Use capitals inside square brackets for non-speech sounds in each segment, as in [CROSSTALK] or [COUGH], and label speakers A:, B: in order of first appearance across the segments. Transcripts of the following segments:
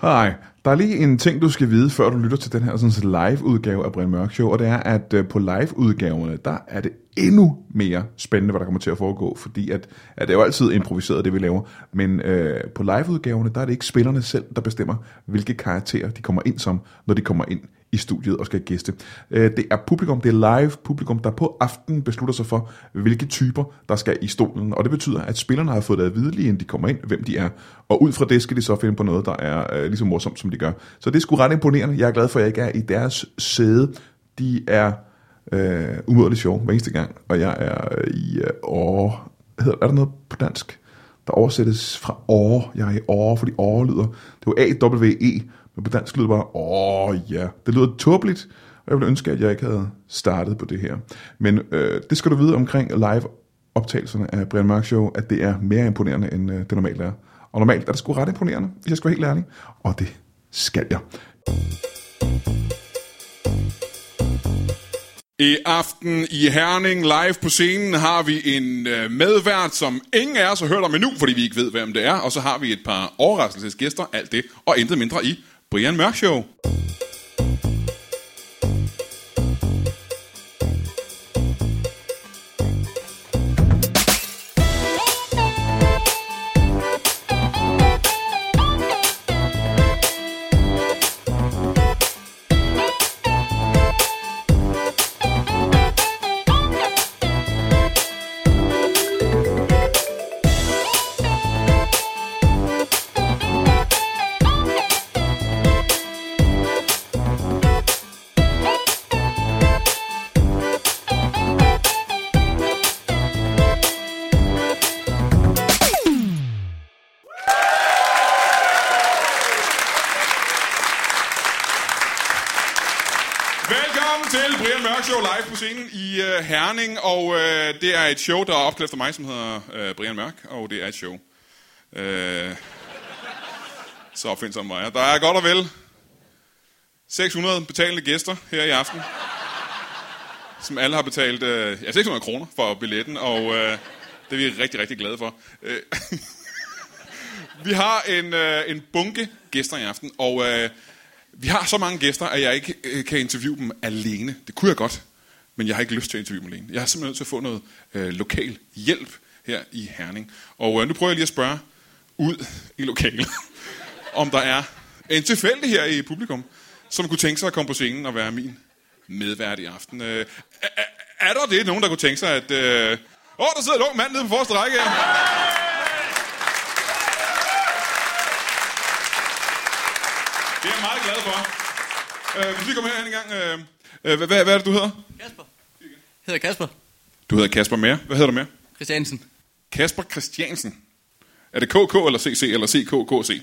A: Hej. Der er lige en ting, du skal vide, før du lytter til den her sådan, live-udgave af Brian Mørk Show, og det er, at øh, på live-udgaverne, der er det endnu mere spændende, hvad der kommer til at foregå, fordi at, at det er jo altid improviseret, det vi laver, men øh, på live-udgaverne, der er det ikke spillerne selv, der bestemmer, hvilke karakterer de kommer ind som, når de kommer ind i studiet og skal gæste. Øh, Det er publikum, det er live publikum, der på aftenen beslutter sig for, hvilke typer, der skal i stolen. Og det betyder, at spillerne har fået det at vide, lige inden de kommer ind, hvem de er. Og ud fra det skal de så finde på noget, der er øh, lige så morsomt, som de gør. Så det er sgu ret imponerende. Jeg er glad for, at jeg ikke er i deres sæde. De er øh, umådeligt sjove hver eneste gang. Og jeg er i øh, åh, hedder, er der noget på dansk? der oversættes fra åre. Jeg er i åre, fordi åre lyder. Det var A-W-E, E, men på dansk lyder det bare åh ja. Det lyder tåbeligt, og jeg ville ønske, at jeg ikke havde startet på det her. Men øh, det skal du vide omkring live optagelserne af Brian Mørk Show, at det er mere imponerende, end øh, det normalt er. Og normalt er det sgu ret imponerende, hvis jeg skal være helt ærlig. Og det skal jeg.
B: I aften i Herning live på scenen har vi en øh, medvært, som ingen af os har hørt om endnu, fordi vi ikke ved, hvem det er. Og så har vi et par overraskelsesgæster, alt det, og intet mindre i Brian Mørk Show. Velkommen til Brian Mørk Show live på scenen i øh, Herning, og øh, det er et show, der er opkaldt efter mig, som hedder øh, Brian Mørk, og det er et show. Øh, så opfindsom var jeg. Der er godt og vel 600 betalende gæster her i aften, som alle har betalt øh, ja, 600 kroner for billetten, og øh, det er vi rigtig, rigtig glade for. Øh, vi har en, øh, en bunke gæster i aften, og øh, vi har så mange gæster, at jeg ikke øh, kan interviewe dem alene. Det kunne jeg godt, men jeg har ikke lyst til at interviewe dem alene. Jeg har simpelthen nødt til at få noget øh, lokal hjælp her i Herning. Og øh, nu prøver jeg lige at spørge ud i lokalet, [LAUGHS] om der er en tilfældig her i publikum, som kunne tænke sig at komme på scenen og være min medvært i aften. Øh, er, er- er der det nogen, der kunne tænke sig, at... Åh, øh... oh, der sidder en ung mand nede på forreste række her. Det er jeg meget glad for. Øh, hvis vi kommer herhen en gang. Øh, øh, hvad, hvad, hvad er det, du hedder?
C: Kasper. Hedder Kasper.
B: Du hedder Kasper Mere. Hvad hedder du mere?
C: Christiansen.
B: Kasper Christiansen. Er det KK eller CC eller CKKC?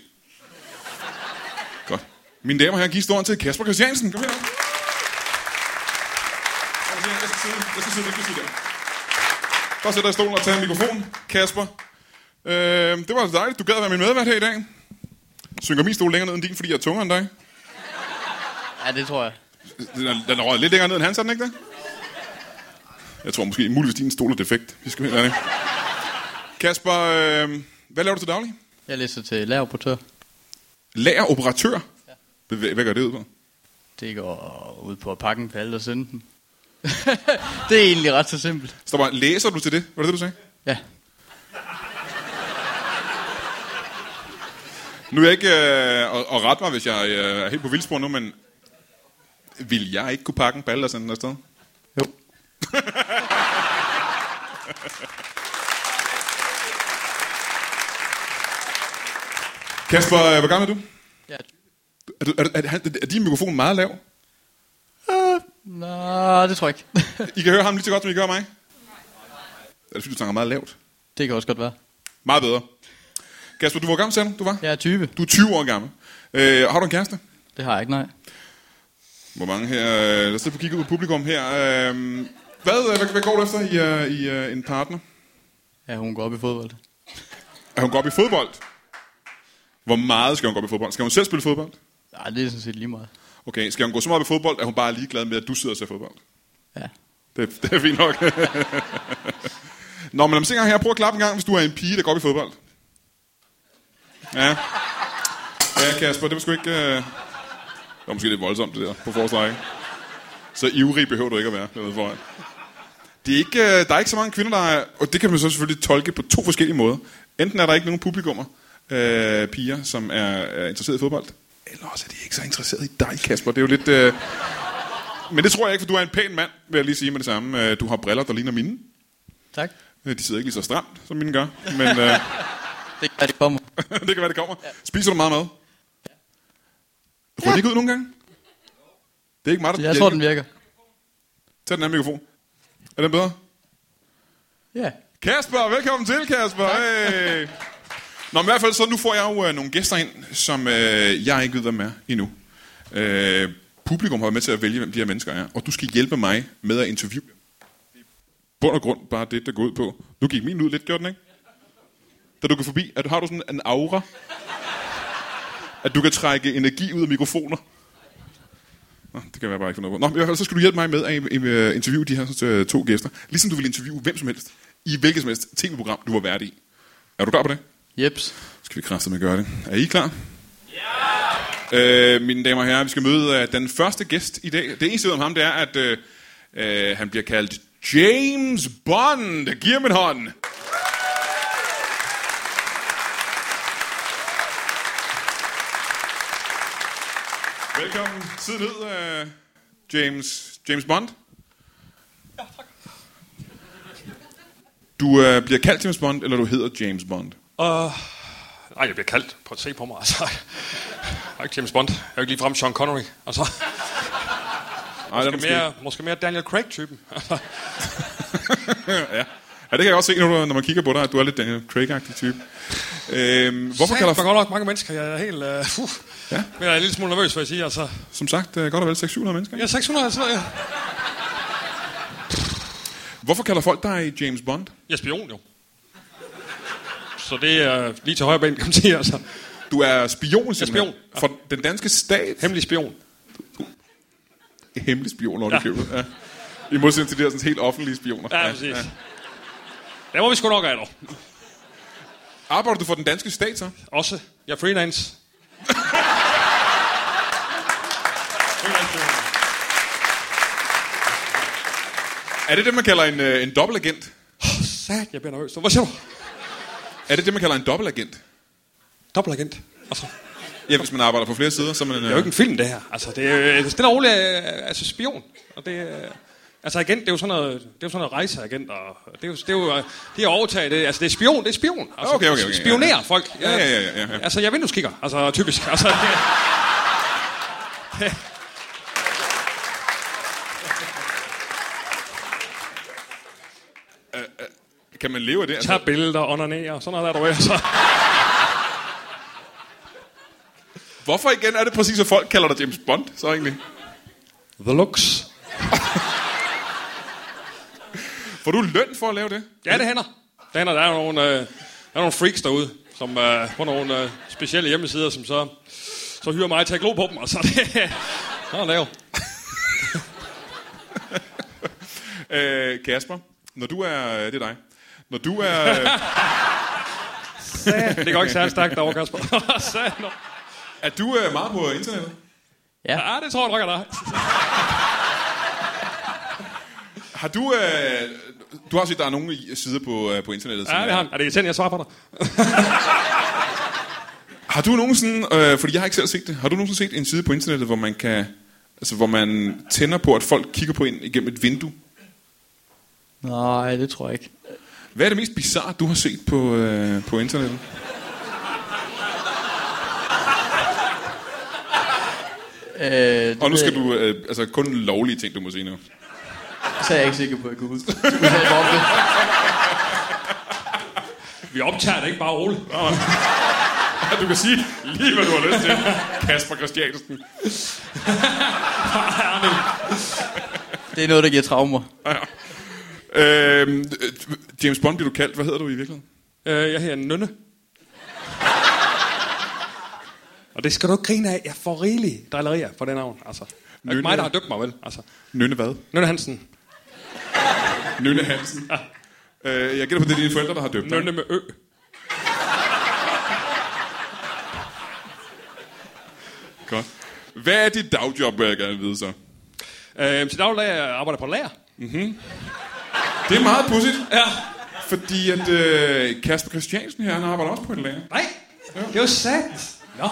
B: Godt. Mine damer og herrer, giv storen til Kasper Christiansen. Kom her. Kom her, Jeg skal sidde, jeg skal sidde lidt ved siden af. Bare sæt dig i stolen og tag en mikrofon, Kasper. Øh, det var altså dejligt. Du gad at være min medvært her i dag. Synker min stol længere ned end din, fordi jeg er tungere end dig.
C: Ja, det tror jeg.
B: Den er, den er røget lidt længere ned end hans, er den ikke det? Jeg tror måske, muligvis din stol er defekt. Vi skal være Kasper, øh, hvad laver du til daglig?
C: Jeg læser til læreroperatør.
B: Lager operatør? Ja. Hvad, hvad gør det ud på?
C: Det går ud på at pakke en palle og sende den. [LAUGHS] det er egentlig ret så simpelt.
B: Så der bare, læser du til det? Var det det, du sagde?
C: Ja.
B: Nu er jeg ikke, øh, og, og ret mig, hvis jeg øh, er helt på vildspor nu, men vil jeg ikke kunne pakke en balle og sende den afsted?
C: Jo.
B: Kasper, øh, hvor gammel er du?
C: Ja.
B: Er, du, er, du- er, er, er din mikrofon meget lav?
C: Nå, det tror jeg ikke. [LAUGHS]
B: I kan høre ham lige så godt, som I gør mig. Er det fordi, du snakker meget lavt?
C: det kan også godt være.
B: Meget bedre. Kasper, du var gammel, sagde du? Du var?
C: Jeg er 20.
B: Du er 20 år gammel. Øh, har du en kæreste?
C: Det har jeg ikke, nej.
B: Hvor mange her? Øh, lad os lige få kigget ud på publikum her. Øh, hvad, øh, hvad, hvad går du efter i, øh, i øh, en partner?
C: Ja, hun går op i fodbold.
B: Er hun går op i fodbold? Hvor meget skal hun gå op i fodbold? Skal hun selv spille fodbold?
C: Nej, det er sådan set lige meget.
B: Okay, skal hun gå så meget op i fodbold, at hun bare er ligeglad med, at du sidder og ser fodbold?
C: Ja.
B: Det, det er fint nok. Nå, men lad mig se engang her. Prøv at klappe en gang, hvis du er en pige, der går op i fodbold. Ja. Ja, Kasper, det var sgu ikke... Øh... Det var måske lidt voldsomt, det der, på forstrække. Så ivrig behøver du ikke at være dernede foran. Det er ikke, øh, der er ikke så mange kvinder, der er... Og det kan man så selvfølgelig tolke på to forskellige måder. Enten er der ikke nogen publikummer, øh, piger, som er, er interesseret i fodbold. Eller også er de ikke så interesseret i dig, Kasper. Det er jo lidt... Øh... Men det tror jeg ikke, for du er en pæn mand, vil jeg lige sige med det samme. Øh, Du har briller, der ligner mine.
C: Tak.
B: Øh, De sidder ikke lige så stramt, som mine gør. Men... Øh... [LAUGHS]
C: Det er det kommer.
B: det kan være, det kommer. Ja. Spiser du meget mad? Ryger det ikke ud nogle gange? Det er ikke mig, der...
C: Jeg tror, den virker.
B: Tag den anden mikrofon. Er den bedre?
C: Ja.
B: Kasper, velkommen til, Kasper. Hey. Nå, men i hvert fald så, nu får jeg jo øh, nogle gæster ind, som øh, jeg ikke ved, hvem er endnu. Øh, publikum har været med til at vælge, hvem de her mennesker er, og du skal hjælpe mig med at interviewe dem. Det er i bund og grund bare det, der går ud på. Nu gik min ud lidt, gjorde den ikke? Da du går forbi, at, har du sådan en aura? At du kan trække energi ud af mikrofoner? Nå, det kan jeg bare ikke finde noget på. Nå, men i hvert fald så skal du hjælpe mig med at øh, interviewe de her øh, to gæster. Ligesom du vil interviewe hvem som helst, i hvilket som helst tv-program, du var vært i. Er du klar på det?
C: Jeps.
B: Skal vi kræfte med at gøre det. Er I klar? Ja! Øh, mine damer og herrer, vi skal møde øh, den første gæst i dag. Det eneste, jeg ved om ham, det er, at øh, øh, han bliver kaldt James Bond. Giv ham en hånd. Velkommen. Sid ned, øh, James, James Bond. Du øh, bliver kaldt James Bond, eller du hedder James Bond?
D: Og... Nej, jeg bliver kaldt. Prøv at se på mig. Altså. Jeg er ikke James Bond. Jeg er jo ikke ligefrem Sean Connery.
B: Ej,
D: Altså.
B: der er
D: Måske, mere, måske mere Daniel Craig-typen. Altså. [LAUGHS]
B: [LAUGHS] ja. ja, det kan jeg også se, når, du, når man kigger på dig, at du er lidt Daniel Craig-agtig type. Øhm, hvorfor
D: Satan,
B: kalder
D: godt nok mange mennesker. Jeg er helt... Uh, uh,
B: Ja.
D: ja. Men jeg er en lille smule nervøs, vil jeg sige. Altså.
B: Som sagt, øh, godt og vel 600 mennesker.
D: Jeg er 600, altså. Jeg,
B: Hvorfor kalder folk dig James Bond?
D: jeg er spion, jo. Så det er lige til højre ben, kan man sige. Altså.
B: Du er spion, simpelthen.
D: spion. Ja.
B: For den danske stat.
D: Hemmelig spion.
B: Hemmelig spion, når du
D: Ja.
B: køber. Ja. I modsætning til de her sådan helt offentlige spioner.
D: Ja, ja præcis. Ja. Det må vi sgu nok af, dog.
B: Arbejder du for den danske stat, så?
D: Også. Jeg er freelance. freelance.
B: Er det det, man kalder en, øh, en dobbeltagent?
D: Sat, jeg bliver nervøs. Hvad siger du?
B: Er det det, man kalder en dobbeltagent?
D: Dobbelagent. Altså, det
B: Ja, hvis man arbejder på flere sider, så er man... Øh...
D: er jo ikke en film, det her. Altså, det er jo det er stille og roligt, øh, altså spion. Og det, er- altså agent, det er jo sådan noget, det er jo sådan noget rejseagent, og det er jo, det er jo øh, det er overtaget, det, altså det er spion, det er spion. Altså,
B: Okay, okay, okay, ja.
D: Spionerer folk.
B: Ja, ja, ja, ja, ja.
D: Altså, jeg vindueskigger, altså typisk. [LAUGHS] Altså, det, [LAUGHS]
B: Kan man leve af det? Altså,
D: tager billeder, onanerer, sådan noget der, du ved. altså. Så.
B: hvorfor igen er det præcis, at folk kalder dig James Bond, så egentlig?
D: The looks.
B: Får du løn for at lave det?
D: Ja, det hænder. Det hænder, der er nogle, øh, der er nogle freaks derude, som øh, på nogle øh, specielle hjemmesider, som så, så hyrer mig til at glo på dem, og så er det... [LAUGHS] Nå, lav.
B: Øh, Kasper, når du er... øh, Det er dig. Når du [LAUGHS] er...
D: Det går ikke særlig stærkt derovre, Kasper. [LAUGHS] Satan.
B: er du øh, meget på internettet?
D: ja, det tror jeg nok, at der er.
B: Har du... Øh, du har set, der er nogle i- sider på, øh, på internettet. som
D: Ja, det
B: er-
D: har han. Er det irriterende, jeg svarer på dig?
B: Har du nogensinde... Øh, fordi jeg har ikke selv set det. Har du nogensinde set en side på internettet, hvor man kan... Altså, hvor man tænder på, at folk kigger på en igennem et vindue?
C: Nej, det tror jeg ikke.
B: Hvad er det mest bizarre, du har set på, øh, på internettet?
C: Øh, det
B: Og nu
C: ved
B: skal
C: jeg ikke.
B: du... Øh, altså, kun lovlige ting, du må sige nu.
C: Så er jeg ikke sikker på, at jeg kunne huske. Du sagde mig om det.
D: Vi optager det ikke bare roligt.
B: Du kan sige lige, hvad du har lyst til. Kasper Christiansen.
C: Det er noget, der giver traumer.
E: Øhm,
B: Øh, James Bond bliver du kaldt. Hvad hedder du i virkeligheden?
D: Øh, jeg hedder Nynne. Og det skal du ikke grine af. Jeg får rigelige drillerier på det navn. Altså. Det er
B: Nynne.
D: ikke mig, der har døbt mig, vel? Altså.
B: Nynne hvad?
D: Nynne Hansen.
B: Nynne Hansen.
E: Ah.
B: Øh, jeg gætter på, det er dine forældre, der har døbt dig.
D: Nynne med ø.
E: Godt. Hvad er dit dagjob, vil jeg gerne vide så?
D: Øh, til daglig øh, arbejder jeg på lager.
E: Det er meget pudsigt,
D: Ja.
E: fordi at øh, Kasper Christiansen her, han arbejder også på et lager.
D: Nej, det er jo sandt. Nå, ja.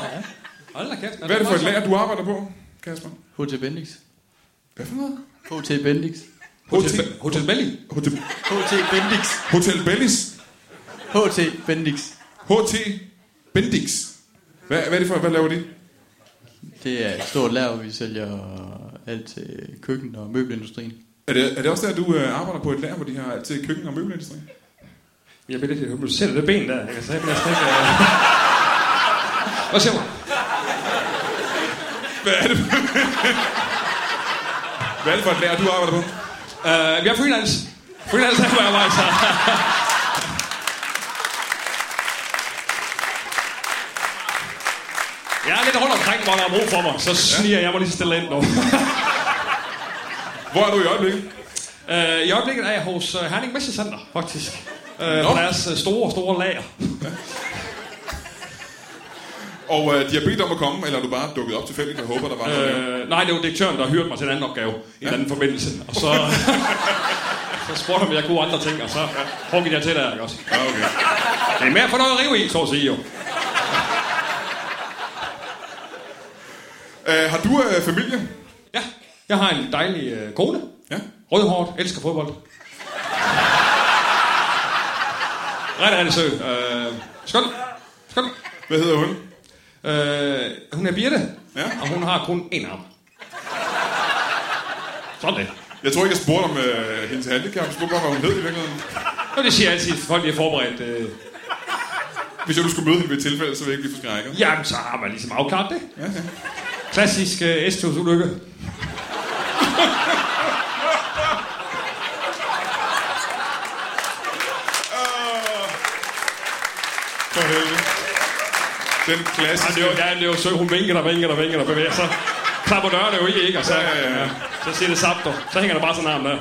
D: Hold da kæft.
E: Hvad er det for et lager, du arbejder på, Kasper?
C: H.T. Bendix.
E: Hvad for noget?
C: H.T. Bendix.
D: Hotel, Hotel Belly.
E: Hotel,
C: H.T. Bendix.
E: Hotel Bellis.
C: H.T. Bendix.
E: HT Bendix. Hvad, hvad er det for, hvad laver de?
C: Det er et stort lager, hvor vi sælger alt til køkken- og møbelindustrien.
E: Er det, er det også der, du øh, arbejder på et lager, hvor de har alt til køkken- og møbelindustrien?
D: Jeg bliver lidt håbløs. Ser du det ben der? Jeg kan sige, jeg ikke... øh. Hvad siger du?
E: Hvad er det? Hvad er det for et lager, du arbejder på?
D: Uh, jeg er freelance. Freelance er jeg altså. Jeg er lidt rundt omkring, hvor der er brug for mig. Så sniger jeg mig lige stille ind nu.
E: Hvor er du i øjeblikket?
D: Uh, I øjeblikket er jeg hos uh, Herning Messecenter, faktisk. Uh,
E: Nå.
D: på deres uh, store, store lager.
E: Og øh, de har bedt dig om at komme, eller er du bare dukket op tilfældigt? Jeg håber, der var noget. Øh...
D: Øh, nej, det var direktøren, der hyrede mig til en anden opgave i en anden forbindelse. Og så, [LAUGHS] så spurgte han, om jeg kunne andre ting, og så huggede jeg til der, ikke også?
E: Ah, okay.
D: Det er mere for noget at rive i, så at sige jo.
E: øh, har du øh, familie?
D: Ja, jeg har en dejlig øh, kone.
E: Ja.
D: Rødhårdt, elsker fodbold. Ret rigtig sød. Øh, skøn. Skøn.
E: Hvad hedder hun?
D: Øh, hun er Birte,
E: Ja.
D: og hun har kun én arm. Sådan det.
E: Jeg tror ikke, jeg spurgte om øh, hendes handicap. Jeg spurgte bare, hvad hun hed i virkeligheden.
D: Og det siger jeg altid, at folk de er forberedt. Øh,
E: Hvis jeg nu skulle møde hende ved et tilfælde, så ville jeg ikke blive forskrækket.
D: jamen, så har man ligesom afklaret det. Ja, ja. Klassisk øh, S-togsulykke.
E: For helvede. Den
D: Ja,
E: klassiske...
D: det var, ja, det var sød. Hun vinker der, vinker der, vinker der, bevæger sig. Klapper dørene jo i, ikke? Og så,
E: Ja, ja, ja.
D: så siger det sapter. Så hænger der bare sådan en arm der.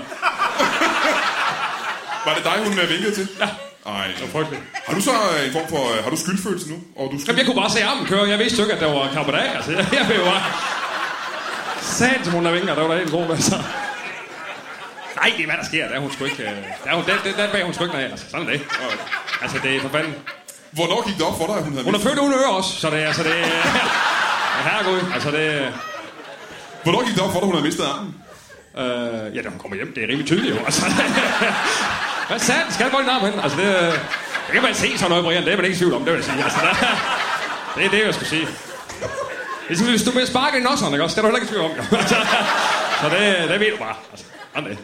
E: Var det dig, hun øh, vinkede til? Ja. Ej.
D: Frygteligt.
E: Har du så øh, en form for... Øh, har du skyldfølelse nu? Og du skyld...
D: Jamen, jeg kunne bare se armen køre. Jeg vidste jo ikke, at der var kappet af. Altså, [LAUGHS] jeg, jeg blev bare... Sat, hun der vinker. Der var da en god, altså. Nej, det er hvad der sker. Der er hun sgu ikke... øh, Der, er hun, der, der, der bag hun sgu ikke noget af. Altså, sådan er det. Altså, det er for fanden.
E: Hvornår gik det op for dig, at hun havde
D: Hun er
E: mistet-
D: født uden ører også, så det er... Altså, det er... [LAUGHS] Ja, herregud. Altså, det er...
E: Hvornår gik det op for dig, hun havde mistet armen?
D: Øh, ja, da hun kommer hjem, det er rimelig tydeligt jo. Altså, [LAUGHS] hvad sandt? Skal folk nærmere hende? Altså, det, øh, det kan man se sådan noget, Brian. Det er man ikke i tvivl om, det vil jeg sige. Altså, [LAUGHS] der, det er det, jeg skulle sige. Ligesom, hvis du vil sparke i nosseren, ikke også? Det er du heller ikke i tvivl om, jo. [LAUGHS] Altså, så det, det ved du bare. Altså, sådan det.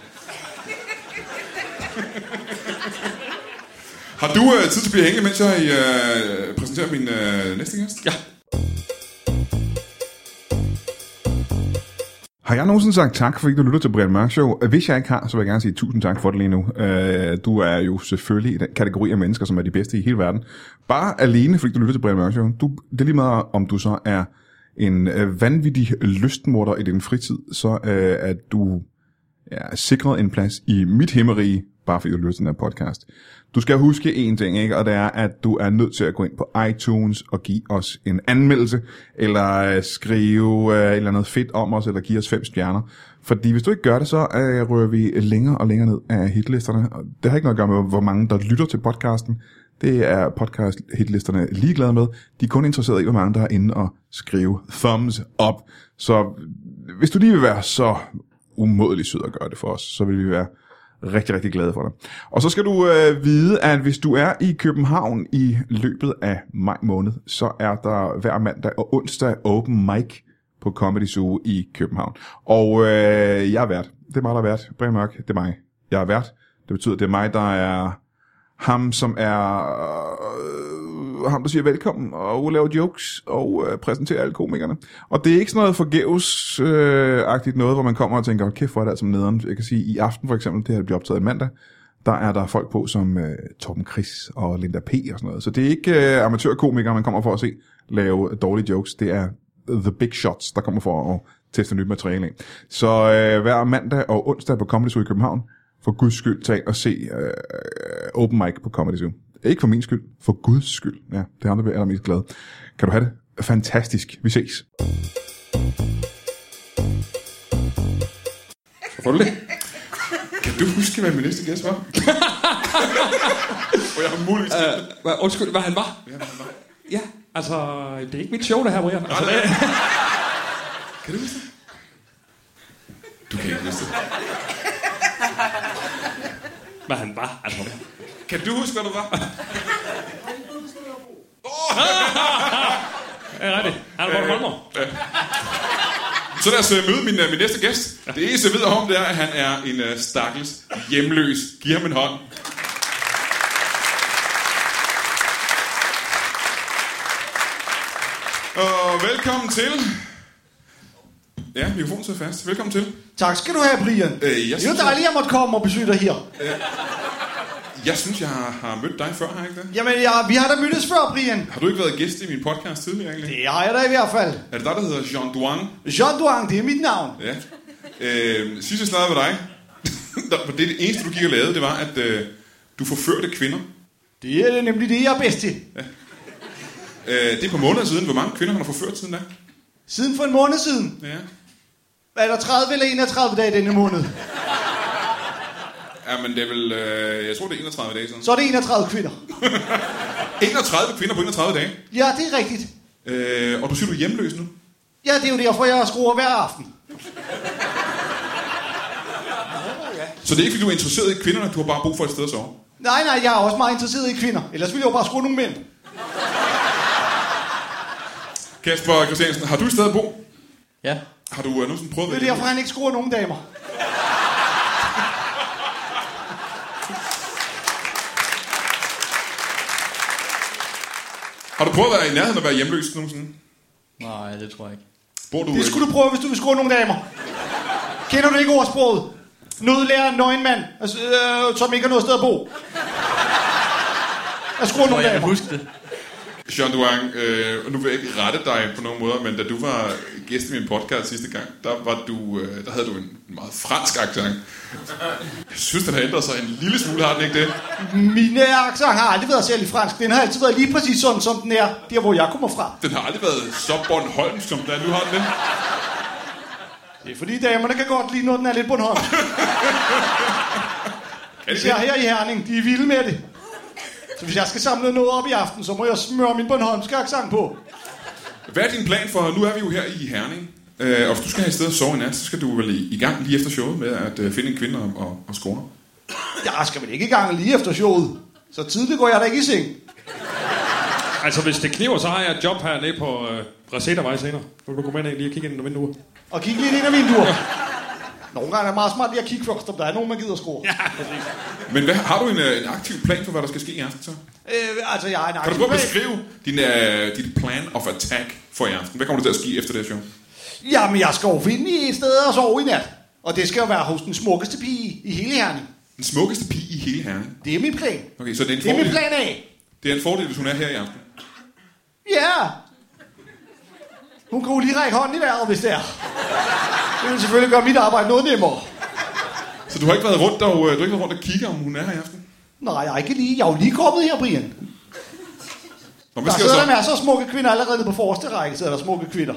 E: Har du øh, tid til at blive hængende, mens jeg øh, præsenterer min øh, næste gæst?
D: Ja.
B: Har jeg nogensinde sagt tak, fordi du lytter til Brian Mørk Show? Hvis jeg ikke har, så vil jeg gerne sige tusind tak for det lige nu. Øh, Du er jo selvfølgelig i den kategori af mennesker, som er de bedste i hele verden. Bare alene, fordi du lytter til Brian Mørk Show. Du, det er lige meget, om du så er en øh, vanvittig lystmorder i din fritid, så øh, er du ja, sikret en plads i mit himmerige, bare fordi du lytter til den her podcast. Du skal huske en ting, ikke? og det er, at du er nødt til at gå ind på iTunes og give os en anmeldelse, eller øh, skrive øh, et eller andet fedt om os, eller give os fem stjerner. Fordi hvis du ikke gør det, så øh, rører vi længere og længere ned af hitlisterne. Og Det har ikke noget at gøre med, hvor mange der lytter til podcasten. Det er podcast hitlisterne ligeglade med. De er kun interesserede i, hvor mange der er inde og skrive thumbs up. Så hvis du lige vil være så umådelig sød at gøre det for os, så vil vi være rigtig, rigtig glade for dig. Og så skal du øh, vide, at hvis du er i København i løbet af maj måned, så er der hver mandag og onsdag open mic på Comedy Zoo i København. Og øh, jeg er vært. Det er mig, der er vært. Brian Mørk, det er mig. Jeg er vært. Det betyder, at det er mig, der er ham, som er øh, ham, der siger velkommen og laver jokes og øh, præsenterer alle komikerne. Og det er ikke sådan noget forgæves-agtigt noget, hvor man kommer og tænker, "Hold kæft, hvor er det altså nederen. Jeg kan sige, i aften for eksempel, det her bliver optaget i mandag, der er der folk på som øh, Torben Chris og Linda P. og sådan noget. Så det er ikke øh, amatørkomikere, man kommer for at se lave dårlige jokes. Det er the big shots, der kommer for at teste nyt materiale af. Så øh, hver mandag og onsdag på Comedy Zoo i København, for guds skyld, tag og se øh, open mic på Comedy Zoo. Ikke for min skyld, for guds skyld. Ja, det er ham, der bliver allermest glad. Kan du have det? Fantastisk. Vi ses.
D: Får du det?
A: Kan du huske, hvad min næste gæst var? Og jeg har muligvis...
D: Øh, hvad, undskyld, hvad han var? Ja, altså, det er ikke mit show, det her, Brian. Altså, [LAUGHS] det,
A: Kan du huske det? Du kan ikke huske det.
D: hvad han var, altså.
A: Kan du huske, hvad du
D: [LAUGHS]
A: var?
D: Er det rigtigt? Han er Morten Holmer.
B: Så lad os øh, møde min, øh, min næste gæst. Det eneste, jeg ved om, det er, at han er en øh, stakkels hjemløs. Giv ham en hånd. Og velkommen til... Ja, mikrofonen sidder fast. Velkommen til.
F: Tak skal du have, Brian.
B: Øh, jeg
F: det er
B: synes,
F: jo dejligt, jeg måtte komme og besøge dig her.
B: Jeg synes, jeg har, har mødt dig før, har jeg ikke det?
F: Jamen, jeg, vi har da mødtes før, Brian.
B: Har du ikke været gæst i min podcast tidligere egentlig?
F: Det har jeg da i hvert fald.
B: Er det dig, der hedder Jean Duang?
F: Jean Duang, det er mit navn.
B: Ja. Øh, sidst jeg snakkede med dig, [LAUGHS] der- for det, det eneste, du gik og lavede, det var, at øh, du forførte kvinder.
F: Det er nemlig det, jeg er bedst til.
B: Øh, det er på måneder siden. Hvor mange kvinder har du forført siden da?
F: Siden for en måned siden.
B: Ja.
F: Er der 30 eller 31 dage denne måned?
B: ja, men det er vel... Øh, jeg tror, det er 31 dage siden.
F: Så er det 31 kvinder.
B: 31 kvinder på 31 dage.
F: Ja, det er rigtigt.
B: Øh, og du siger, du er hjemløs nu.
F: Ja, det er jo derfor, jeg skruer hver aften.
B: Så det er ikke, fordi du er interesseret i kvinderne, du har bare brug for et sted at sove.
F: Nej, nej, jeg er også meget interesseret i kvinder. Ellers ville jeg jo bare skrue nogle mænd.
B: Kasper Christiansen, har du et sted at bo?
C: Ja.
B: Har du øh, nogensinde prøvet
F: Det
B: at
F: er
B: være
F: derfor, han ikke skruer nogen damer.
B: hjemløs? Har du prøvet at være i nærheden af at være hjemløs nogensinde?
C: Nej, det tror jeg ikke.
B: Bor du...
F: Det skulle du prøve, hvis du vil skrue nogle damer. Kender du ikke ordsproget? Nødlærer en nøgenmand, altså, øh, som ikke har noget sted at bo. Jeg skruer
C: Tror
F: nogle
C: jeg kan
F: damer.
C: huske det.
B: Jean Duang, øh, nu vil jeg ikke rette dig på nogen måder, men da du var gæst i min podcast sidste gang, der, var du, øh, der havde du en meget fransk accent. Jeg synes, den har ændret sig en lille smule, har den ikke det?
F: Mine accent har aldrig været særlig fransk. Den har altid været lige præcis sådan, som den er, der hvor jeg kommer fra.
B: Den har aldrig været så Bornholm, som den er nu, har den det?
F: Det er fordi damerne kan godt lide, når den er lidt Bornholm.
B: [LAUGHS] Kan det
F: Jeg er
B: det?
F: her i Herning, de er vilde med det. Så hvis jeg skal samle noget op i aften, så må jeg smøre min Bornholmske accent på.
B: Hvad er din plan for, nu er vi jo her i Herning, øh, og hvis du skal have et sted at sove i nat, så skal du vel i, i gang lige efter showet med at øh, finde en kvinde og, og, og score.
F: Jeg skal vel ikke i gang lige efter showet. Så tidligt går jeg da ikke i seng.
D: Altså, hvis det kniver, så har jeg et job hernede på øh, Resetervej senere. Nu kan du komme ind lige og kigge ind i vinduet.
F: Og kigge lidt ind ad vinduer. Nogle gange er det meget smart lige at kigge først, om der er nogen, man gider skrue. Ja.
B: Men hvad, har du en, øh, en aktiv plan for, hvad der skal ske i aften så?
F: Øh, altså, jeg er en
B: Kan du
F: aktiv
B: prøve at
F: bag-
B: beskrive din, øh, dit plan of attack for i aften? Hvad kommer der til at ske efter det her show?
F: Jamen, jeg skal jo finde et sted at sove i nat. Og det skal jo være hos den smukkeste pige i hele Herning.
B: Den smukkeste pige i hele Herning.
F: Det er min plan.
B: Okay, så det er en
F: Det er min
B: fordel,
F: plan A.
B: det er en fordel hvis hun er her i aften.
F: Ja. Hun kunne jo lige række hånden i vejret, hvis det er. Det vil selvfølgelig gøre mit arbejde noget nemmere.
B: Så du har ikke været rundt og, øh, du har ikke været rundt og kigge, om hun er her i aften?
F: Nej, jeg er ikke lige. Jeg er jo lige kommet her, Brian.
B: Nå, hvad
F: Der
B: skal
F: sidder der
B: jeg
F: masser af smukke kvinder allerede nede på forreste række, sidder der smukke kvinder.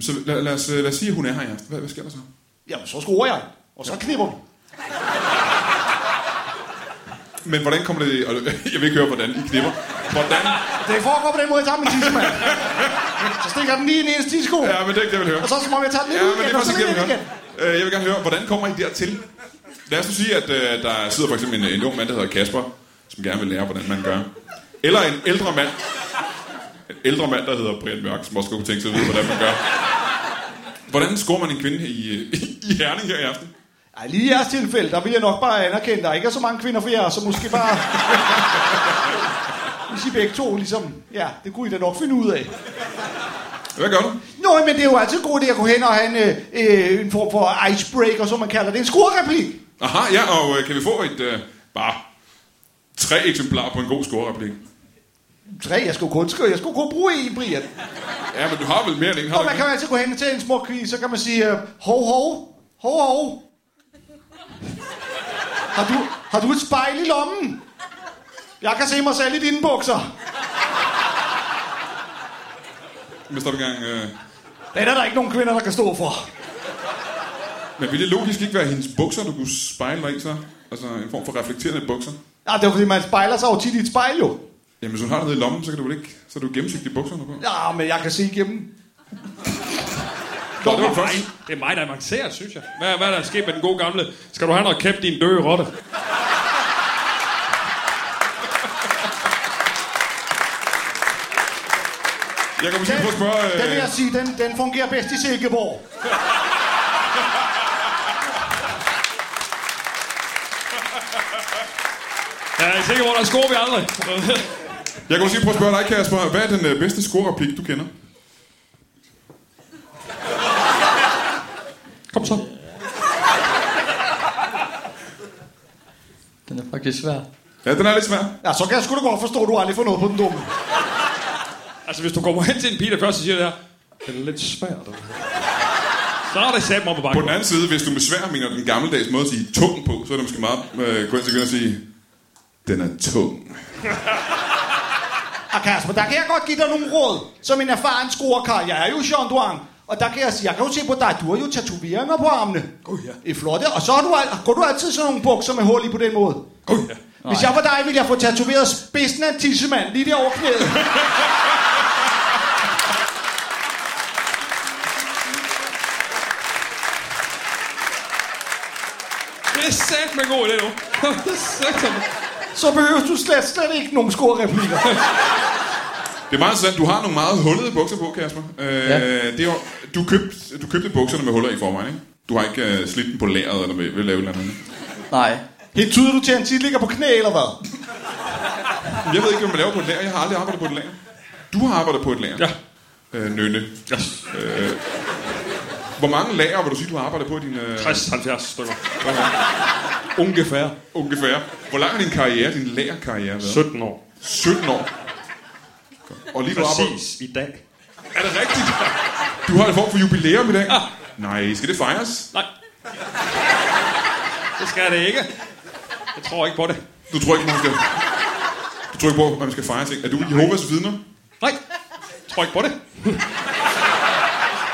B: så? så lad, lad, os, øh, lad os sige, at hun er her i aften. Hvad, hvad sker der så?
F: Jamen, så skruer jeg. Og så knipper vi.
B: Men hvordan kommer det... og [LAUGHS] Jeg vil ikke høre, hvordan I knipper. Hvordan...
F: Det foregår på den måde, jeg tager min tissemand. så stikker jeg den lige ind i en tidsko.
B: Ja, men det er ikke det, jeg vil høre.
F: Og så som om jeg tager den lidt
B: Ja,
F: ud
B: men det
F: igen,
B: er
F: og så
B: faktisk det,
F: lidt
B: jeg vil
F: ind
B: høre.
F: igen.
B: Øh, Jeg vil gerne høre, hvordan kommer I dertil? Lad os nu sige, at øh, der sidder for eksempel en, en ung mand, der hedder Kasper, som gerne vil lære, hvordan man gør. Eller en ældre mand. En ældre mand, der hedder Brian Mørk, som også kunne tænke sig at vide, hvordan man gør. Hvordan scorer man en kvinde i, [LAUGHS] øh, i Herning her i aften?
F: Ej, lige i jeres tilfælde, der vil jeg nok bare anerkende, at der ikke er så mange kvinder for jer, så måske bare...
B: [LAUGHS]
F: Hvis I begge to ligesom... Ja, det kunne I da nok finde ud af.
B: Hvad gør du?
F: Nå, men det er jo altid en god idé at gå hen og have en, øh, øh, en form for icebreaker, som man kalder det. En skurreplik.
B: Aha, ja, og øh, kan vi få et... Øh, bare tre eksemplarer på en god scorereplik?
F: Tre, jeg skulle kun, skrive, jeg skulle kun bruge en, Brian.
B: Ja, men du har vel mere end en, har
F: Og
B: du
F: man
B: ikke?
F: kan jo altid gå hen og tage en smuk kvinde, så kan man sige, øh, hov, hov, hov, hov. Har du, har du et spejl i lommen? Jeg kan se mig selv i dine bukser.
B: Hvis der er en gang... Øh,
F: Den er der ikke nogen kvinder, der kan stå for.
B: Men ville det logisk ikke være hendes bukser, du kunne spejle dig i så? Altså en form for reflekterende bukser?
F: Ja, det er fordi, man spejler sig jo tit i et spejl, jo.
B: Jamen, hvis hun har det nede i lommen, så kan du vel ikke... Så er du gennemsigtig i bukserne på.
F: Ja, men jeg kan se igennem.
B: Nå, det var det første.
D: Nej, det er mig, der avancerer, synes jeg. Hvad, hvad er der sket med den gode gamle? Skal du have noget kæft, din døde rotte?
B: Jeg kan måske prøve at spørge...
F: den vil
B: Øh,
F: jeg sige, den, den fungerer bedst i Silkeborg.
D: Ja, jeg er sikker på, der scorer vi aldrig. [LAUGHS]
B: øh, jeg kan måske prøve at spørge dig, Kasper. Hvad er den øh, bedste skoreplik, du kender?
D: Kom så.
C: Den er faktisk svær.
B: Ja, den er lidt svær.
F: Ja, så kan jeg sgu da godt forstå, at du aldrig får noget på den dumme.
D: Altså, hvis du kommer hen til en pige, der først siger det her, det er lidt svært. det her." Så er det sammen op på
B: På
D: bakken.
B: den anden side, hvis du med svær mener den gammeldags måde at sige tung på, så er det måske meget øh, gå ind til kvinden og sige, den er tung.
F: Og Ah, Kasper, der kan jeg godt give dig nogle råd, som en erfaren skruerkarl. Jeg er jo Jean Duang. Og der kan jeg sige, jeg kan jo se på dig, du har jo tatoveringer på armene.
D: Gud, ja.
F: Det er flotte. Og så har du, al- går du altid sådan nogle bukser med hul i på den måde.
D: Gud, ja.
F: Hvis jeg var dig, ville jeg få tatoveret spidsen af en tissemand lige der over knæet.
D: Det er sat med god idé nu. [LAUGHS]
F: Så behøver du slet, slet ikke nogen skorreplikker.
B: Det er meget interessant. Du har nogle meget hullede bukser på, Kasper. Øh, ja.
C: Ja.
B: det er, jo- du, købte, du købte bukserne med huller i forvejen, ikke? Du har ikke øh, slidt dem på læret eller vil, vil lave et eller andet.
C: Nej.
F: Helt tyder du til, at han tit ligger på knæ, eller hvad?
B: Jeg ved ikke, hvad man laver på et lager. Jeg har aldrig arbejdet på et lager. Du har arbejdet på et lager.
D: Ja.
B: Øh, Nynne.
D: Ja,
B: Hvor mange lager vil du sige, du har arbejdet på i din... Øh,
D: 60-70 stykker.
B: Ungefær. Ungefær. Hvor lang har din karriere, din lagerkarriere været?
D: 17 år.
B: 17 år. Og lige nu arbejder...
D: Præcis i dag.
B: Er det rigtigt? Du har en form for jubilæum i dag?
F: Ah.
D: Ja.
B: Nej, skal det fejres?
D: Nej. [LAUGHS] Det skal det ikke. Jeg tror ikke på det.
B: Du tror ikke, man skal... Du tror ikke på, at man skal fejre ting. Er du Jehovas vidner?
D: Nej. Jeg tror ikke på det.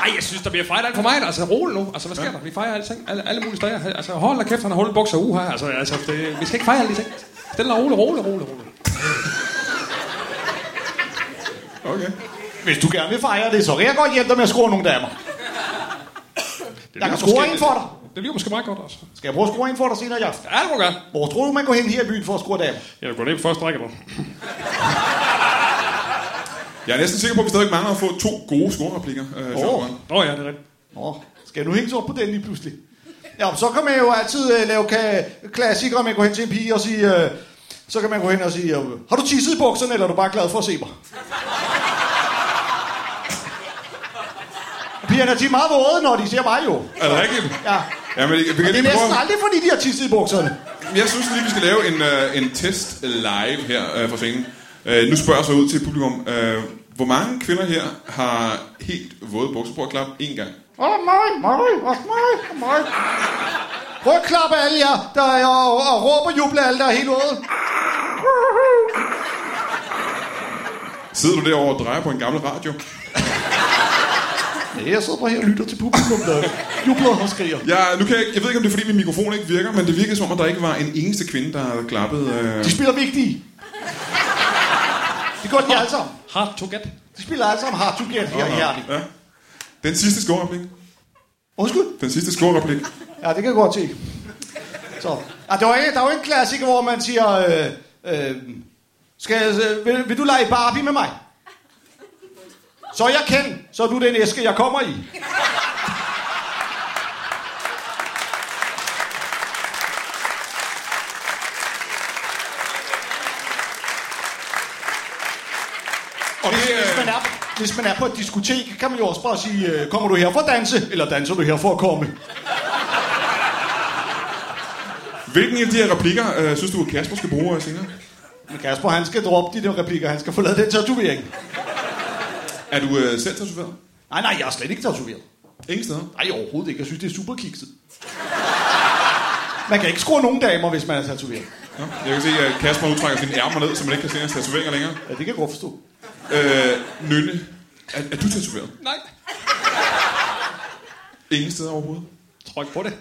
D: Ej, jeg synes, der bliver fejret alt for meget. Altså, rolig nu. Altså, hvad sker der? Vi fejrer alting. Alle, alle mulige steder. Altså, hold da kæft, han har hullet bukser. Uha, altså, altså det, vi skal ikke fejre alle de ting. Stille og roligt, roligt, roligt, roligt.
B: Okay.
F: Hvis du gerne vil fejre det, så kan jeg godt hjælpe dig med at score nogle damer.
D: Det lyder
F: Jeg kan score
D: måske-
F: en for dig.
D: Det lyder måske meget godt, altså.
F: Skal jeg prøve at score en for dig senere i aften?
D: Ja, det må du gerne.
F: Hvor tror du, man går hen her i byen for at score damer?
D: Jeg går ned på første række nu.
B: Jeg er næsten sikker på, at vi stadig mangler at få to gode scorereplikker. Øh, sjovt nok.
D: Nå ja, det er rigtigt.
F: Nå, skal jeg nu hænge sig op på den lige pludselig? Ja, så kan man jo altid øh, lave ka- klassikere, man går hen til en pige og sige... Øh, så kan man gå hen og sige, øh, har du tisset i bukserne, eller er du bare glad for at se mig? [LAUGHS] Pigerne er tit meget våde, når de ser mig jo.
B: er det rigtigt?
F: Ja.
B: Ja, men vi kan
F: Det er
B: lige
F: næsten
B: prøve...
F: aldrig, fordi de har tisset i bukserne.
B: Jeg synes lige, vi skal lave en, øh, en test live her øh, fra scenen. Øh, nu spørger jeg så ud til publikum. Øh, hvor mange kvinder her har helt våde bukser? Prøv at klappe én gang.
F: Åh, oh, mig, mig, også mig, og mig. Prøv at klappe alle jer, der er, og, og råbe og juble alle, der er helt våde.
B: Sidder du derovre og drejer på en gammel radio?
F: Ja, jeg sidder bare her og lytter til publikum, der jubler og skriger.
B: Ja, nu kan jeg, ikke- jeg ved ikke, om det er, fordi min mikrofon ikke virker, men det virkede som om, at der ikke var en eneste kvinde, der havde klappet. Øh.
F: De spiller vigtige. Det gør de alle sammen.
D: Hard to get.
F: De spiller alle sammen hard to get her i Herning.
B: ja. Den sidste skoreplik.
F: Undskyld?
B: Den sidste skoreplik.
F: Ja, det kan jeg godt se. Så. Ja, der, er, jo en- der er jo en klassiker, hvor man siger, øh, øh, skal, jeg- øh, vil, vil du lege Barbie med mig? Så er jeg Ken, så er du den æske, jeg kommer i.
B: Og det,
F: Hvis
B: øh,
F: man, er, hvis man er på et diskotek, kan man jo også bare sige, øh, kommer du her for at danse, eller danser du her for at komme?
B: hvilken af de her replikker, øh, synes du, at Kasper skal bruge øh, senere?
F: Men Kasper, han skal droppe de der replikker, han skal få lavet den tatovering.
B: Er du øh, selv tatoveret?
F: Nej, nej, jeg er slet ikke tatoveret.
B: Ingen steder?
F: Nej, overhovedet ikke. Jeg synes, det er super kikset. Man kan ikke score nogen damer, hvis man er tatoveret.
B: Nå, jeg kan se, at Kasper nu trækker sine ærmer ned, så man ikke kan se hans tatoveringer længere.
F: Ja, det kan jeg godt forstå.
B: Øh, Nynne, er, er du tatoveret?
D: Nej.
B: Ingen steder overhovedet?
D: Jeg tror Tryk på det.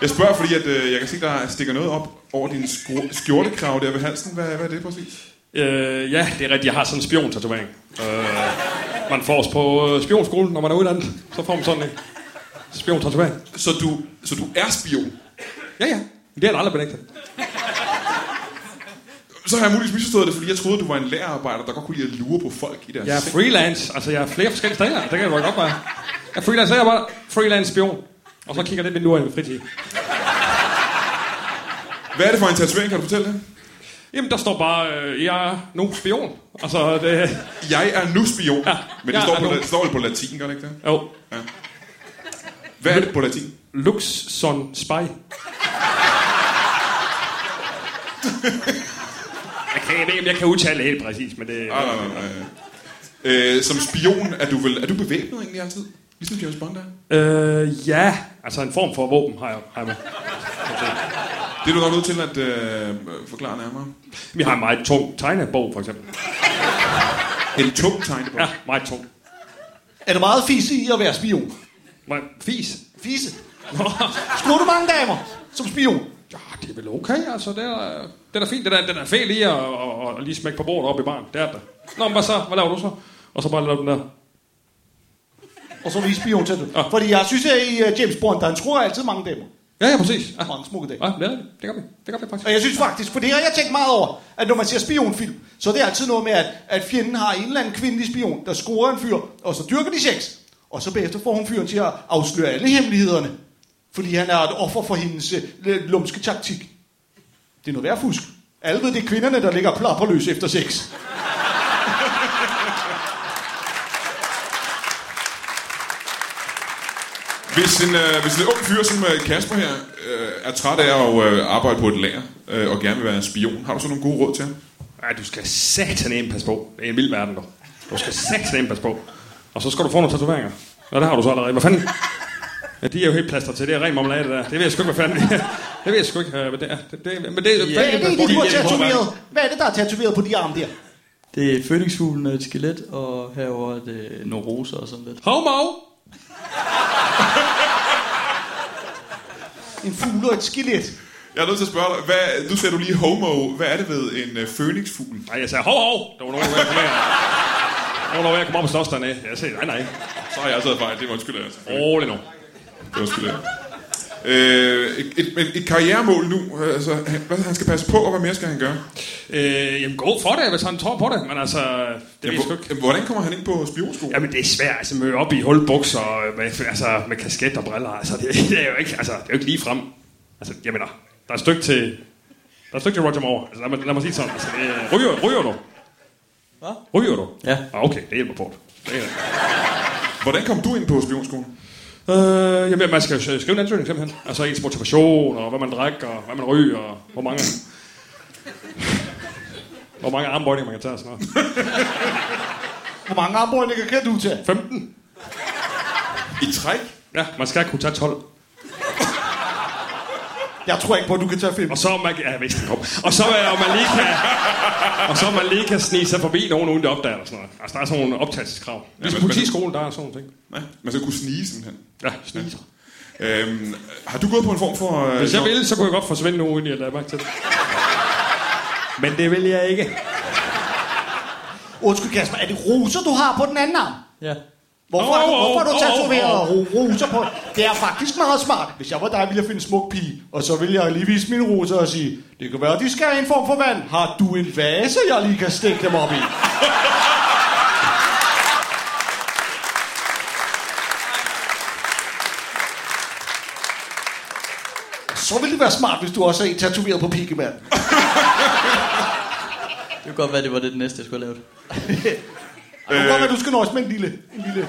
B: Jeg spørger, fordi at, øh, jeg kan se, der stikker noget op over din skro- skjortekrav der ved halsen. Hvad, hvad er det præcis?
D: Øh, ja, det er rigtigt. Jeg har sådan en spion-tatovering. Øh, man får os på øh, spionskolen, når man er uddannet. Så får man sådan en spion-tatovering.
B: Så du, så du er spion?
D: Ja, ja. Det har jeg aldrig benægtet.
B: Så har jeg muligvis misforstået det, fordi jeg troede, du var en lærerarbejder, der godt kunne lide at lure på folk i deres
D: Jeg er
B: seng.
D: freelance. Altså, jeg er flere forskellige steder. Det kan jeg godt være. Jeg er freelance, så er jeg bare freelance spion. Og så kigger jeg lidt vinduer i min fritid.
B: Hvad er det for en tatovering, kan du fortælle det?
D: Jamen, der står bare, øh, jeg er nu spion. Altså, det...
B: Jeg er nu spion, ja, men det
D: jeg
B: står,
D: er
B: på,
D: nu.
B: det står vel på latin, gør det ikke det?
D: Jo.
B: Hvad er det på latin?
D: Lux son spy. jeg, kan, jeg ved ikke, om jeg kan udtale det helt præcis, men det...
B: Nej, nej, nej, nej. Øh, som spion er du vel... Er du bevæbnet egentlig altid? Ligesom James Bond er?
D: Øh, ja. Altså, en form for våben har jeg, har jeg med.
B: Det er du nok nødt til at øh, forklare nærmere.
D: Vi har en meget tung tegnebog, for eksempel.
B: En tung tegnebog.
D: Ja,
B: Ja.
D: meget tung.
F: Er det meget fise i at være spion?
D: Meget fis.
F: Fise? Skulle du mange damer som spion?
D: Ja, det er vel okay, altså. Det er, det er da fint. Det er, den er fæl i at og, og lige smække på bordet op i baren. Det er det. Nå, men hvad så? Hvad laver du så? Og så bare laver den der.
F: Og så lige spion til det. Fordi jeg synes, at i øh, James Bond, der han tror altid mange damer.
D: Ja, ja, præcis. Ja,
F: Mange smukke damer.
D: ja det er det. Det gør vi. Det gør vi faktisk.
F: Og jeg synes faktisk, for det har jeg tænkt meget over, at når man ser spionfilm, så er det altid noget med, at, at fjenden har en eller anden kvindelig spion, der scorer en fyr, og så dyrker de sex. Og så bagefter får hun fyren til at afsløre alle hemmelighederne, fordi han er et offer for hendes øh, lumske taktik. Det er noget værd fusk. Alle ved, det er kvinderne, der ligger plapperløs efter sex.
B: Hvis, en, øh, hvis en ung fyr som øh, Kasper her øh, er træt af at øh, arbejde på et lager øh, og gerne vil være en spion, har du så nogle gode råd til ham?
D: Ej, du skal satanæme passe på. Det er en vild verden, dog. Du skal satanæme passe på. Og så skal du få nogle tatoveringer. Nå, det har du så allerede. Hvad fanden? Ja, de er jo helt plaster til. Det er ren marmelade, det der. Det ved jeg sgu ikke, hvad fanden. [LAUGHS] det ved jeg sgu ikke, øh, hvad det er. Det, det, men det,
F: Hvad er det, egentlig, du har
D: det er en hård verden.
F: tatoveret? Hvad er det, der er tatoveret på de arme der?
C: Det er et fødningsfugl med et skelet, og herover det nogle roser og sådan lidt.
D: Homo!
F: En fugl og et skelet.
B: Jeg er nødt til at spørge dig, hvad, nu ser du lige homo, hvad er det ved en øh, fønixfugl?
D: Nej, jeg sagde, hov, hov. Der var nogen, der var ved at komme her. Der var nogen, der var ved at komme op og slås dernede. Jeg sagde, nej, nej.
B: Så har jeg altså fejl, det må undskylde jeg. selvfølgelig.
D: Rolig nu.
B: Det undskylder jeg. Øh, et, et, men et karrieremål nu, øh, altså, han, hvad, han skal passe på, og hvad mere skal han gøre?
D: Øh, jamen, gå for det, hvis han tror på det. Men altså, det ved jeg sgu ikke.
B: Hvor, hvordan kommer han ind på spionskolen?
D: Jamen, det er svært. Altså, møde op i hulbukser og med, altså, med kasket og briller. Altså, det, det, er jo ikke, altså, det er jo ikke lige frem. Altså, jeg mener, der er et stykke til... Der er et stykke til Roger Moore. Altså, lad mig, lad mig sige sådan. Altså, det, er- ryger, ryger du?
C: Hvad?
D: Ryger du?
C: Ja.
D: Ah, okay, det hjælper på. Det er,
B: Hvordan kom du ind på spionskolen?
D: Øh, jamen, man skal jo skrive en ansøgning simpelthen. Altså ens motivation, og hvad man drikker, og hvad man ryger, og hvor mange... hvor mange armbøjninger man kan tage og sådan noget.
F: Hvor mange armbøjninger kan du tage?
D: 15?
B: I træk?
D: Ja, man skal kunne tage 12.
F: Jeg tror ikke på, at du kan tage fem.
D: Og så om man, ja, jeg vidste, det kom. Og så er om man lige kan, og så om man lige kan snige sig forbi nogen, uden det opdager eller sådan noget. Altså, der er sådan nogle optagelseskrav. Ligesom
B: men-
D: politiskolen, der er sådan nogle ting.
B: Nej, man skal kunne snige simpelthen.
D: Ja, snige sig.
B: Øhm, har du gået på en form for... Øh,
D: Hvis jeg ville, så kunne jeg godt forsvinde nu, uden jeg lader mærke til det. Men det vil jeg ikke.
F: Undskyld Kasper, er det roser, du har på den anden arm?
C: Ja.
F: Hvorfor, oh,
D: Åh,
F: oh,
D: åh,
F: hvorfor har du
D: åh,
F: tatoveret
D: åh,
F: oh, roser på? Det er faktisk meget smart. Hvis jeg var dig, ville jeg finde en smuk pige. Og så ville jeg lige vise mine roser og sige, det kan være, de skal have en form for vand. Har du en vase, jeg lige kan stikke dem op i? Så ville det være smart, hvis du også er en tatoveret på pigemand.
C: Det kunne godt være, det var det, det næste, jeg skulle have lavet.
F: Og øh... godt, at du skal nøjes med en lille, en lille,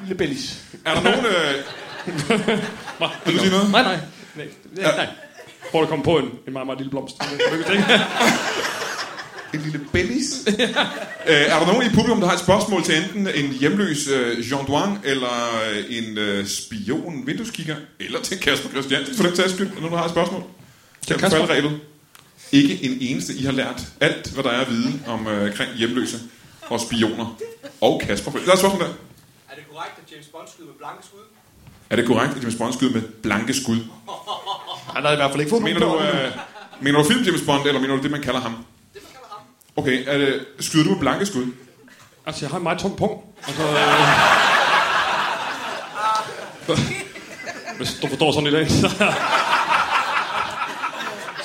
F: lille bellis.
B: Er der nogen... Øh, vil du sige noget?
D: Nej, nej. Nej, nej. nej. Prøv at komme på en, en meget, meget lille blomst. Lykke til.
B: En lille [LAUGHS] bellis? øh, er der nogen i publikum, der har et spørgsmål til enten en hjemløs øh, Jean Duan, eller øh, en øh, spion vindueskigger, eller til Kasper Christiansen, for den sags skyld? Er der nogen, der har et spørgsmål? Til
D: Kasper?
B: Kasper? Ikke en eneste. I har lært alt, hvad der er at vide om øh, kring hjemløse og spioner. Og Kasper. Der er et spørgsmål der.
G: Er det korrekt, at James Bond skyder med blanke skud?
B: Er det korrekt, at James Bond skyder med blanke skud?
A: Han har i hvert fald ikke fået
B: Mener du, øh, mener du film James Bond, eller mener du det, man kalder ham?
G: Det man kalder ham.
B: Okay, er det, skyder du med blanke skud?
D: Altså, jeg har en meget tung pung. Altså, øh... [LAUGHS] Hvis du forstår sådan i dag, [LAUGHS] så...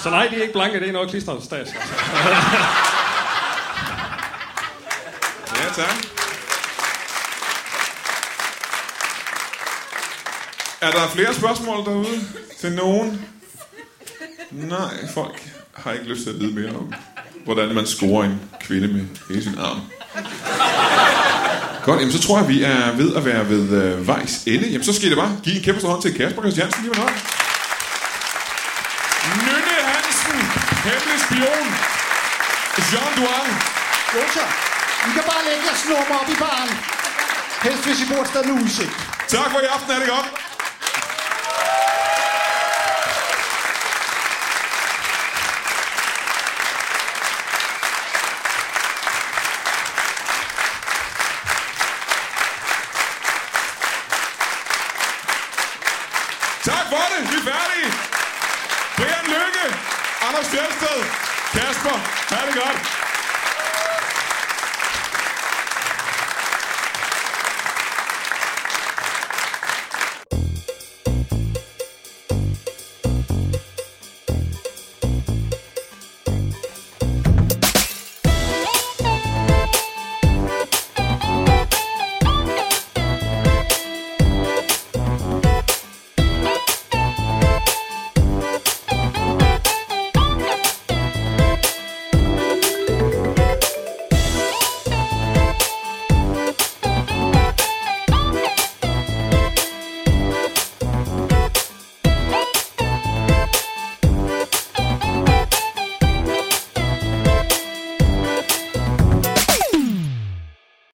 D: så nej, det er ikke blanke, det er noget klistret stas. Altså.
B: Ja, tak. Er der flere spørgsmål derude til nogen? Nej, folk har ikke lyst til at vide mere om, hvordan man scorer en kvinde med hele sin arm. Godt, jamen så tror jeg, vi er ved at være ved øh, vejs ende. Jamen så skal det bare. Giv en kæmpe stor hånd til Kasper Christiansen. Giv mig en hånd. Nynne Hansen, hemmelig spion. Jean Duang. øh-
F: Jo, så. I kan bare lægge jeres nummer op i baren. Helst hvis I bor et sted med udsigt.
B: Tak for i aften, er det godt. Tak for det, vi er færdige. Brian Lykke, Anders Fjeldsted, Kasper, ha' det godt.